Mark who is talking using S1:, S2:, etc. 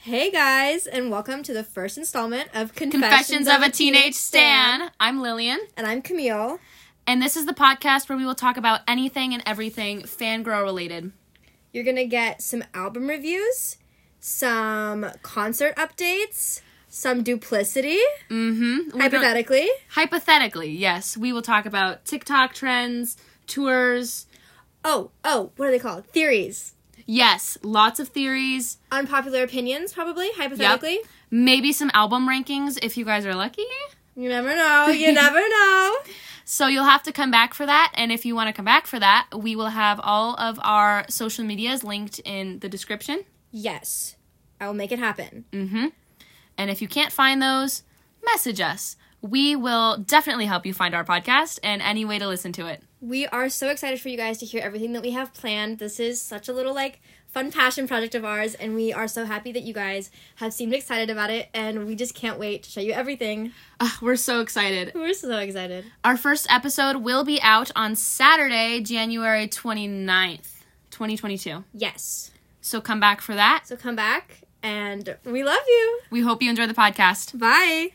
S1: Hey guys, and welcome to the first installment of
S2: Confessions of a Teenage Stan. I'm Lillian,
S1: And I'm Camille.
S2: and this is the podcast where we will talk about anything and everything fangirl related.
S1: You're gonna get some album reviews, some concert updates, some duplicity,
S2: Mm-hmm. We don't-
S1: hypothetically.
S2: Hypothetically, yes, we will talk about TikTok trends, tours.
S1: Oh, oh, what are they called? Theories.
S2: Yes, lots of theories.
S1: Unpopular opinions, probably, hypothetically.
S2: Maybe some album rankings if you guys are lucky.
S1: You never know, you never know.
S2: So you'll have to come back for that. And if you want to come back for that, we will have all of our social medias linked in the description.
S1: Yes, I will make it happen.
S2: And if you can't find those, message us. We will definitely help you find our podcast and any way to listen to it.
S1: We are so excited for you guys to hear everything that we have planned. This is such a little like fun passion project of ours, and we are so happy that you guys have seemed excited about it, and we just can't wait to show you everything.
S2: Ugh, Ah, we're so excited.
S1: We're so excited.
S2: Our first episode will be out on Saturday, January 29th, 2022.
S1: Yes.
S2: So come back for that.
S1: So come back, and we love you.
S2: We hope you enjoy the podcast.
S1: Bye.